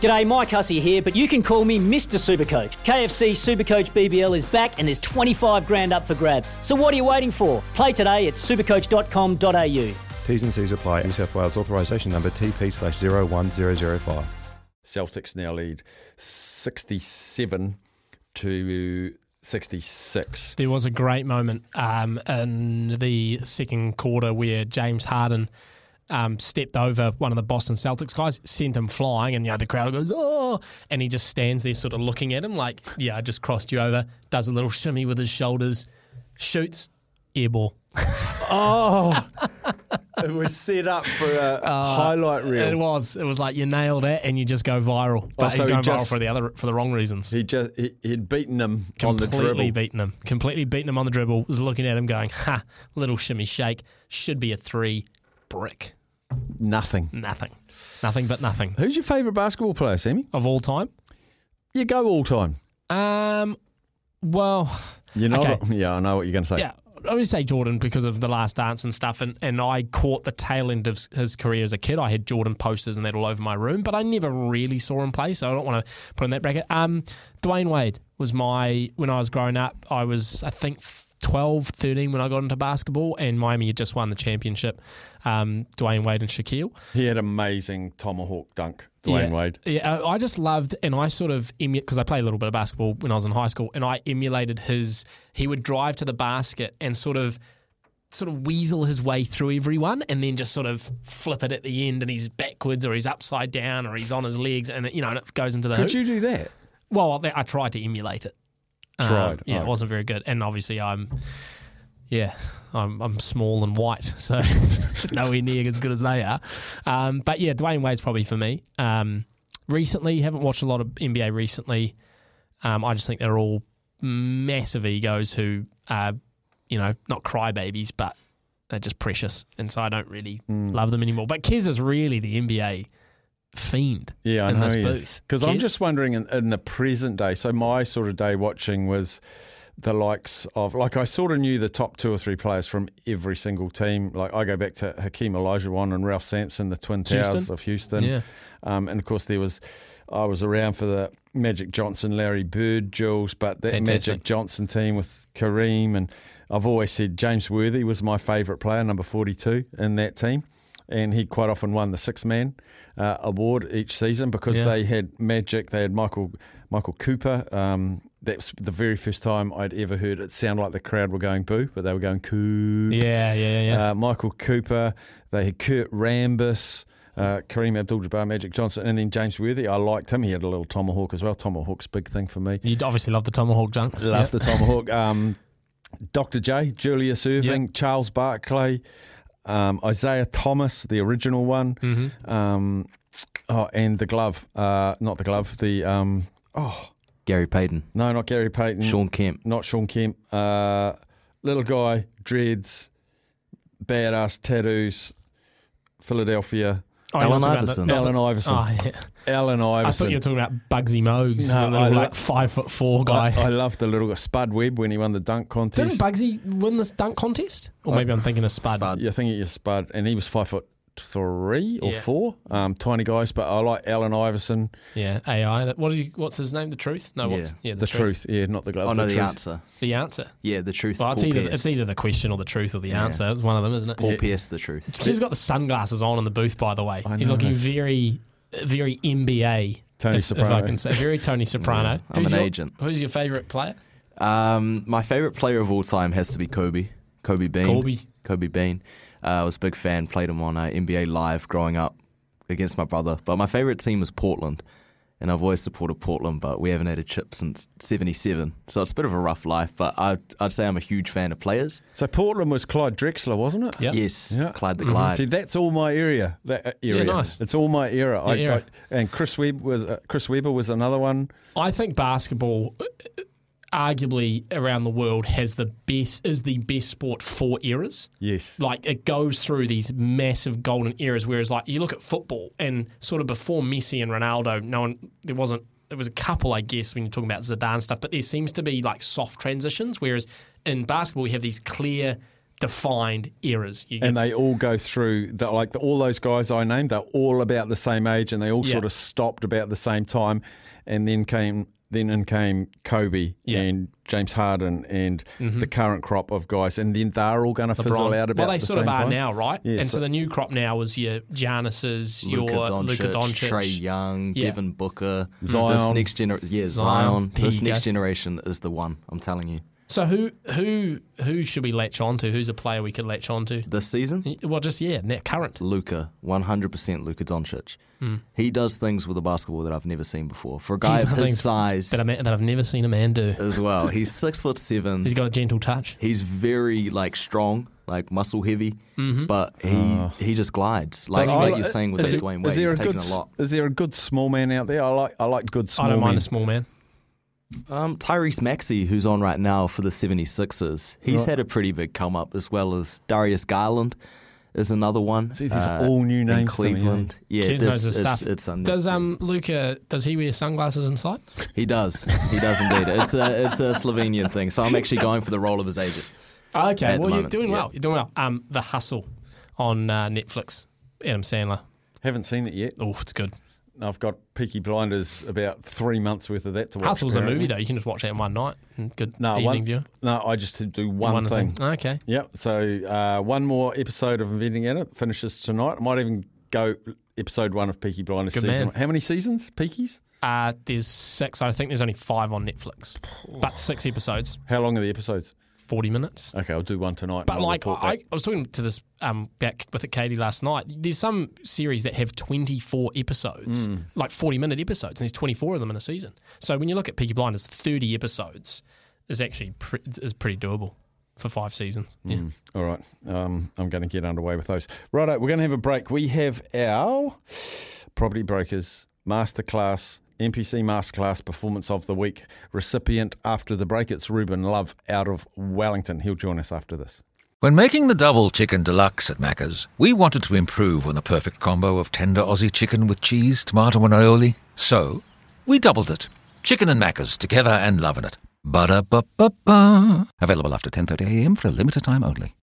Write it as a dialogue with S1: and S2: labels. S1: G'day, Mike Hussey here, but you can call me Mr. Supercoach. KFC Supercoach BBL is back and there's 25 grand up for grabs. So what are you waiting for? Play today at supercoach.com.au.
S2: T's and C's apply. New South Wales authorisation number TP slash 01005.
S3: Celtics now lead 67 to 66.
S4: There was a great moment um, in the second quarter where James Harden um, stepped over one of the Boston Celtics guys, sent him flying, and you know the crowd goes oh, and he just stands there sort of looking at him like, yeah, I just crossed you over. Does a little shimmy with his shoulders, shoots, air ball.
S3: It was set up for a
S4: Uh,
S3: highlight
S4: It
S3: reel.
S4: was. It was like you nailed it, and you just go viral. But
S3: Oh, so
S4: he's
S3: he
S4: going viral
S3: just-
S4: for the other for the wrong reasons.
S3: He just he, he'd beaten him on the
S4: completely
S3: dribble.
S4: beaten him. Completely beaten him on the dribble. Was looking at him going, ha, little shimmy shake. Should be a three brick.
S3: Nothing.
S4: Nothing. Nothing but nothing.
S3: Who's your favourite basketball player, Sammy?
S4: Of all time?
S3: You go all time.
S4: Um well
S3: You know.
S4: Okay.
S3: Yeah, I know what you're going to say.
S4: yeah. I would say Jordan because of the last dance and stuff and, and I caught the tail end of his career as a kid. I had Jordan posters and that all over my room, but I never really saw him play, so I don't want to put in that bracket. Um Dwayne Wade was my when I was growing up, I was I think 12, 13 when I got into basketball and Miami had just won the championship. Um, Dwayne Wade and Shaquille.
S3: He had amazing tomahawk dunk, Dwayne
S4: yeah.
S3: Wade.
S4: Yeah, uh, I- I just loved, and I sort of emulate because I played a little bit of basketball when I was in high school, and I emulated his. He would drive to the basket and sort of, sort of weasel his way through everyone, and then just sort of flip it at the end, and he's backwards or he's upside down or he's on his legs, and it, you know, and it goes into the.
S3: Could
S4: hoop.
S3: you do that?
S4: Well, I, I tried to emulate it. Um,
S3: Tried,
S4: yeah,
S3: oh.
S4: it wasn't very good, and obviously I'm, yeah, I'm, I'm small and white, so nowhere near as good as they are. Um, but yeah, Dwayne Wade's probably for me. Um, recently, haven't watched a lot of NBA recently. Um, I just think they're all massive egos who are, you know, not crybabies, but they're just precious, and so I don't really
S3: Hmm.
S4: love them anymore. But Kez is really the NBA fiend.
S3: Yeah, I
S4: in
S3: know
S4: this
S3: he
S4: booth.
S3: Because I'm
S4: Kez?
S3: just wondering in, in the present day. So my sort of day watching was the likes of like I sort of knew the top two or three players from every single team. Like I go back to Hakeem Olajuwon and Ralph Sampson, the Twin Towers
S4: Houston?
S3: of Houston.
S4: Yeah.
S3: Um, and of course there was I was around for the Magic Johnson, Larry Bird duels, but that Magic
S4: Fantastic.
S3: Johnson team with Kareem and I've always said James Worthy was my favourite player, number 42 in that team. And he quite often won the six man uh, award each season because
S4: Yeah.
S3: they had Magic, they had Michael Michael Cooper. Um, that's the very first time I'd ever heard it sound like the crowd were going boo, but they were going Cooper.
S4: Yeah, yeah, yeah. yeah.
S3: Uh, Michael Cooper. They had Kurt Rambis, uh, Kareem Abdul-Jabbar, Magic Johnson, and then James Worthy. I liked him. He had a little tomahawk as well. Tomahawk's a big thing for me.
S4: You obviously love the tomahawk junks.
S3: Love the tomahawk. Um, Dr. J, Julius Irving, Charles Barkley, um, Isaiah Thomas, the original one, um, oh, and the glove. Uh, not the glove. The um, oh
S5: Gary Payton,
S3: no, not Gary Payton.
S5: Sean Kemp.
S3: not Sean Kemp. Uh, little guy, dreads, badass tattoos, Philadelphia.
S4: Oh, you're
S5: Allen
S4: talking about
S5: Iverson.
S4: the-
S3: Alan Iverson.
S4: Oh, yeah.
S3: Alan
S4: I thought
S3: Iverson.
S4: you were talking about Bugsy Mogs,
S3: No,
S4: the little,
S3: I lo-
S4: like five foot four guy.
S3: I, I love the little guy. Spud Webb when he won the dunk
S4: Didn't
S3: contest.
S4: Bugsy win this dunk contest? Or maybe I'm thinking of Spud.
S5: Spud.
S3: Yeah, I think it was Spud, and he was five foot three or
S4: Yeah.
S3: four. Um, tiny guys, but I like Alan Iverson.
S4: Yeah, AI. That- What do you, what's his name? The truth? No, what's yeah
S5: Yeah.
S3: The, truth. yeah, not the gloves.
S5: Oh, no, the
S3: truth.
S5: answer.
S4: The answer.
S5: Yeah, the truth.
S4: Well, it's
S5: Paul
S4: either
S5: Pierce.
S4: it's either the question or the truth or the
S5: Yeah.
S4: answer. It's one of them, isn't it?
S5: Paul Pierce, the truth.
S4: He's got the sunglasses on in the booth, by the way.
S3: I
S4: He's
S3: know.
S4: looking very, very NBA.
S3: Tony
S4: if, If
S3: Soprano.
S4: I can say, very Tony Soprano.
S5: Yeah, I'm
S4: Who's
S5: an
S4: your-
S5: agent.
S4: Who's your favourite player?
S5: Um, my favorite player of all time has to be Kobe. Kobe Bean.
S4: Kobe.
S5: Kobe Bean. Uh, I was a big fan. Played him on uh, NBA Live growing up against my brother. But my favorite team was Portland, and I've always supported Portland. But we haven't had a chip since '77, so it's a bit of a rough life. But I'd, I'd say I'm a huge fan of players.
S3: So Portland was Clyde Drexler, wasn't it?
S4: Yeah.
S5: Yes,
S3: Yeah.
S5: Clyde the Glide.
S3: See, that's all my area. That uh, area.
S4: nice.
S3: It's all my era. I,
S4: era.
S3: I- and Chris Webb was uh, Chris Webber was another one.
S4: I think basketball arguably around the world has the best is the best sport for eras.
S3: Yes.
S4: Like it goes through these massive golden eras. Whereas like you look at football and sort of before Messi and Ronaldo, no one there wasn't there was a couple, I guess, when you're talking about Zidane stuff, but there seems to be like soft transitions. Whereas in basketball we have these clear defined eras. You get
S3: And they all go through that. Like the, all those guys I named, they're all about the same age, and they all
S4: Yeah.
S3: sort of stopped about the same time, and then came then in came Kobe
S4: Yeah. Mm-hmm.
S3: and James Harden and the current crop of guys, and then they're all going to fizzle out about
S4: well, they
S3: the
S4: sort
S3: same
S4: of are
S3: time.
S4: now, right?
S3: Yeah,
S4: and so,
S3: so-
S4: the new crop now is your Giannis's, your
S5: Luka Doncic,
S4: Luka Doncic,
S5: Trey Young,
S4: Yeah.
S5: Devin Booker, this
S3: Zion.
S5: next generation. Yeah,
S4: Zion.
S5: Zion.
S4: There
S5: This
S4: you
S5: next
S4: go.
S5: generation is the one. I'm telling you.
S4: So who who who should we latch on to? Who's a player we could latch on to?
S5: This season,
S4: Well, just yeah, net current.
S5: Luca, 100% Luca Doncic.
S4: Hmm.
S5: He does things with the basketball that I've never seen before. For a guy
S4: He's
S5: of
S4: done
S5: his
S4: things
S5: size
S4: That, I that I've never seen a man do.
S5: as well, he's six foot seven.
S4: He's got a gentle touch.
S5: He's very like strong, like muscle heavy,
S4: Mm-hmm.
S5: but he he just glides. Like,
S3: I-
S5: like you're saying with
S3: is
S5: that
S3: there-
S5: Dwayne
S3: is
S5: Wade,
S3: there
S5: he's
S3: good,
S5: taken a
S3: s-
S5: lot.
S3: Is there a good small man out there? I like I like good small
S4: I don't
S3: men.
S4: mind a small man.
S5: Um, Tyrese Maxey, who's on right now for the 76ers, he's had a pretty big come up, as well as Darius Garland is another one. uh,
S3: See, these are all new
S5: in
S3: names to me, eh?
S5: Cleveland. yeah,
S4: Kids knows
S5: this,
S4: his
S5: it's,
S4: stuff.
S5: it's un-
S4: does um Luca does he wear sunglasses inside?
S5: He does. He does indeed. It's a it's a Slovenian thing. So I'm actually going for the role of his agent.
S4: Okay,
S5: At the
S4: well you're
S5: moment,
S4: doing
S5: yeah.
S4: well. You're doing well. Um, The Hustle on uh, Netflix. Adam Sandler.
S3: Haven't seen it yet.
S4: Oh, it's good.
S3: I've got Peaky Blinders about three months worth of that to watch.
S4: Hustle's a movie
S3: apparently.
S4: though. You can just watch that in one night. Good
S3: No,
S4: evening
S3: one,
S4: viewer.
S3: no, I just had to do one, thing.
S4: Okay.
S3: Yep. So uh, one more episode of Inventing Edit finishes tonight. I might even go episode one of Peaky Blinders
S4: Good
S3: season.
S4: man.
S3: How many seasons? Peakies?
S4: Uh, there's six. I think there's only five on Netflix, but six episodes,
S3: How long are the episodes?
S4: forty minutes.
S3: Okay, I'll do one tonight.
S4: But
S3: and I'll
S4: like
S3: report
S4: I, I
S3: back.
S4: was talking to this um back with it, Katie last night. There's some series that have 24 episodes,
S3: Hmm.
S4: like 40 minute episodes, and there's 24 of them in a season. So when you look at Peaky Blinders, 30 episodes is actually pre- is pretty doable for five seasons.
S3: Hmm.
S4: Yeah.
S3: Mm, all right, um, I'm going to get underway with those. Righto, we're going to have a break. We have our property brokers masterclass. NPC Masterclass Performance of the Week recipient after the break. It's Ruben Love out of Wellington. He'll join us after this.
S6: When making the double chicken deluxe at Macca's, we wanted to improve on the perfect combo of tender Aussie chicken with cheese, tomato, and aioli. So, we doubled it. Chicken and Macca's together and loving it. Ba da ba ba ba. Available after 10:30 a.m. for a limited time only.